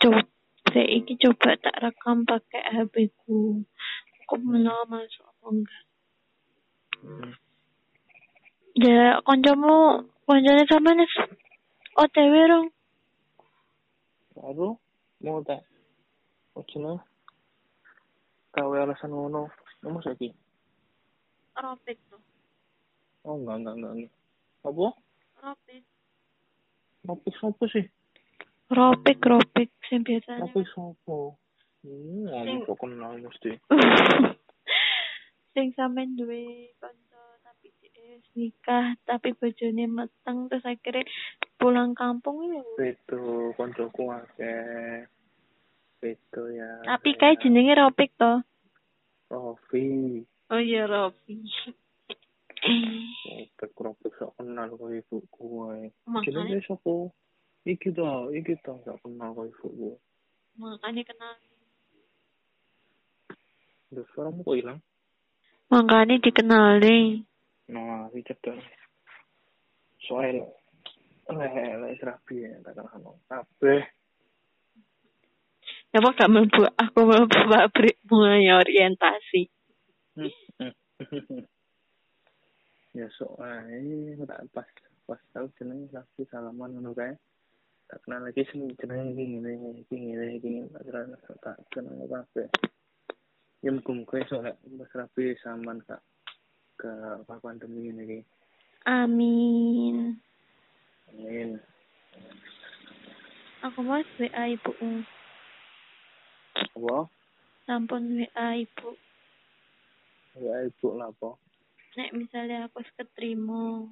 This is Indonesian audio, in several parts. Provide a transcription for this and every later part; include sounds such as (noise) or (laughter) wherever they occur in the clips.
coba iki coba tak rekam pakai HP ku. Aku menawa masuk apa enggak. Hmm. Ya, kancamu, kancane sampean wis OTW rong. Baru mau tak Oh, ojo lah. Kawe alasan ngono. Nomor saiki. Robek to. Oh enggak enggak enggak. enggak. Apa? Robek. Ngopi sopo sih? Robek, robek sing biasanya. Ngopi sopo? Hmm, Sing- aku kok kenal mesti. (laughs) sing sampean duwe kanca tapi dhek wis nikah tapi bojone meteng terus akhirnya pulang kampung ya. Beto koncoku akeh. Beto ya. Tapi kae jenenge Robik to. Rofi. Oh iya Robi. Ngopi kerupuk sok kenal kok ibu gue. (clears throat) makanya Jenenge sopo? Iki to, iki to gak kenal kok ibu gue. makanya kenal. Terus suaramu kok hilang? Makanya dikenali. Nah, iki cedek. Soal lele lele serabi ya, tak kenal no. Kabeh. Napa Ya, gak mlebu aku mlebu pabrik mulai orientasi. ya sok ae tak pas pas tau jenenge lagi salaman ngono kae tak kenal lagi sing jenenge iki ngene iki ngene iki ngene tak kenal tak kenal kabeh ya mung kowe sok lek pas rapi saman kak ke apa pandemi ngene iki Amin. amin Aku mau WA ibu. apa Sampun Ya WA ibu. ya ibu lapo Nek misalnya aku wis ketrimo.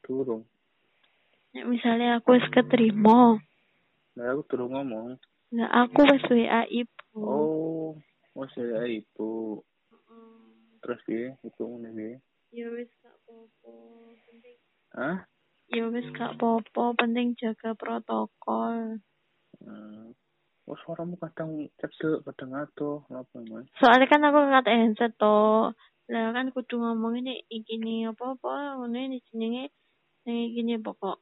durung Nek misalnya aku wis ketrimo. nah aku durung ngomong Nah aku wis WA ibu. oh oh saya ibu Mm, terus piye ibu ngene piye Ya wis gak apa-apa. Penting ah ya wis gak apa-apa, penting jaga protokol. Hmm. Oh, suaramu kadang cedek, kadang ngato, apa mas? Soalnya kan aku ngat handset to. Lah kan kudu ngomong ini iki nih apa-apa, ngono ini jenenge sing iki nih pokok.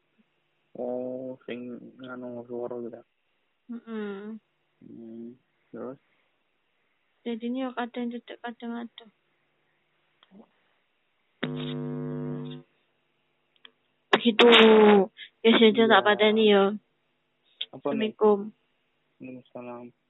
Oh, sing nganu suara gitu. Heeh. Hmm. Terus, Jadi ini yo kadang cedek kadang aduh. Begitu. Ya saja tak Iya. pateni yo. apa nih? Assalamualaikum. Waalaikumsalam.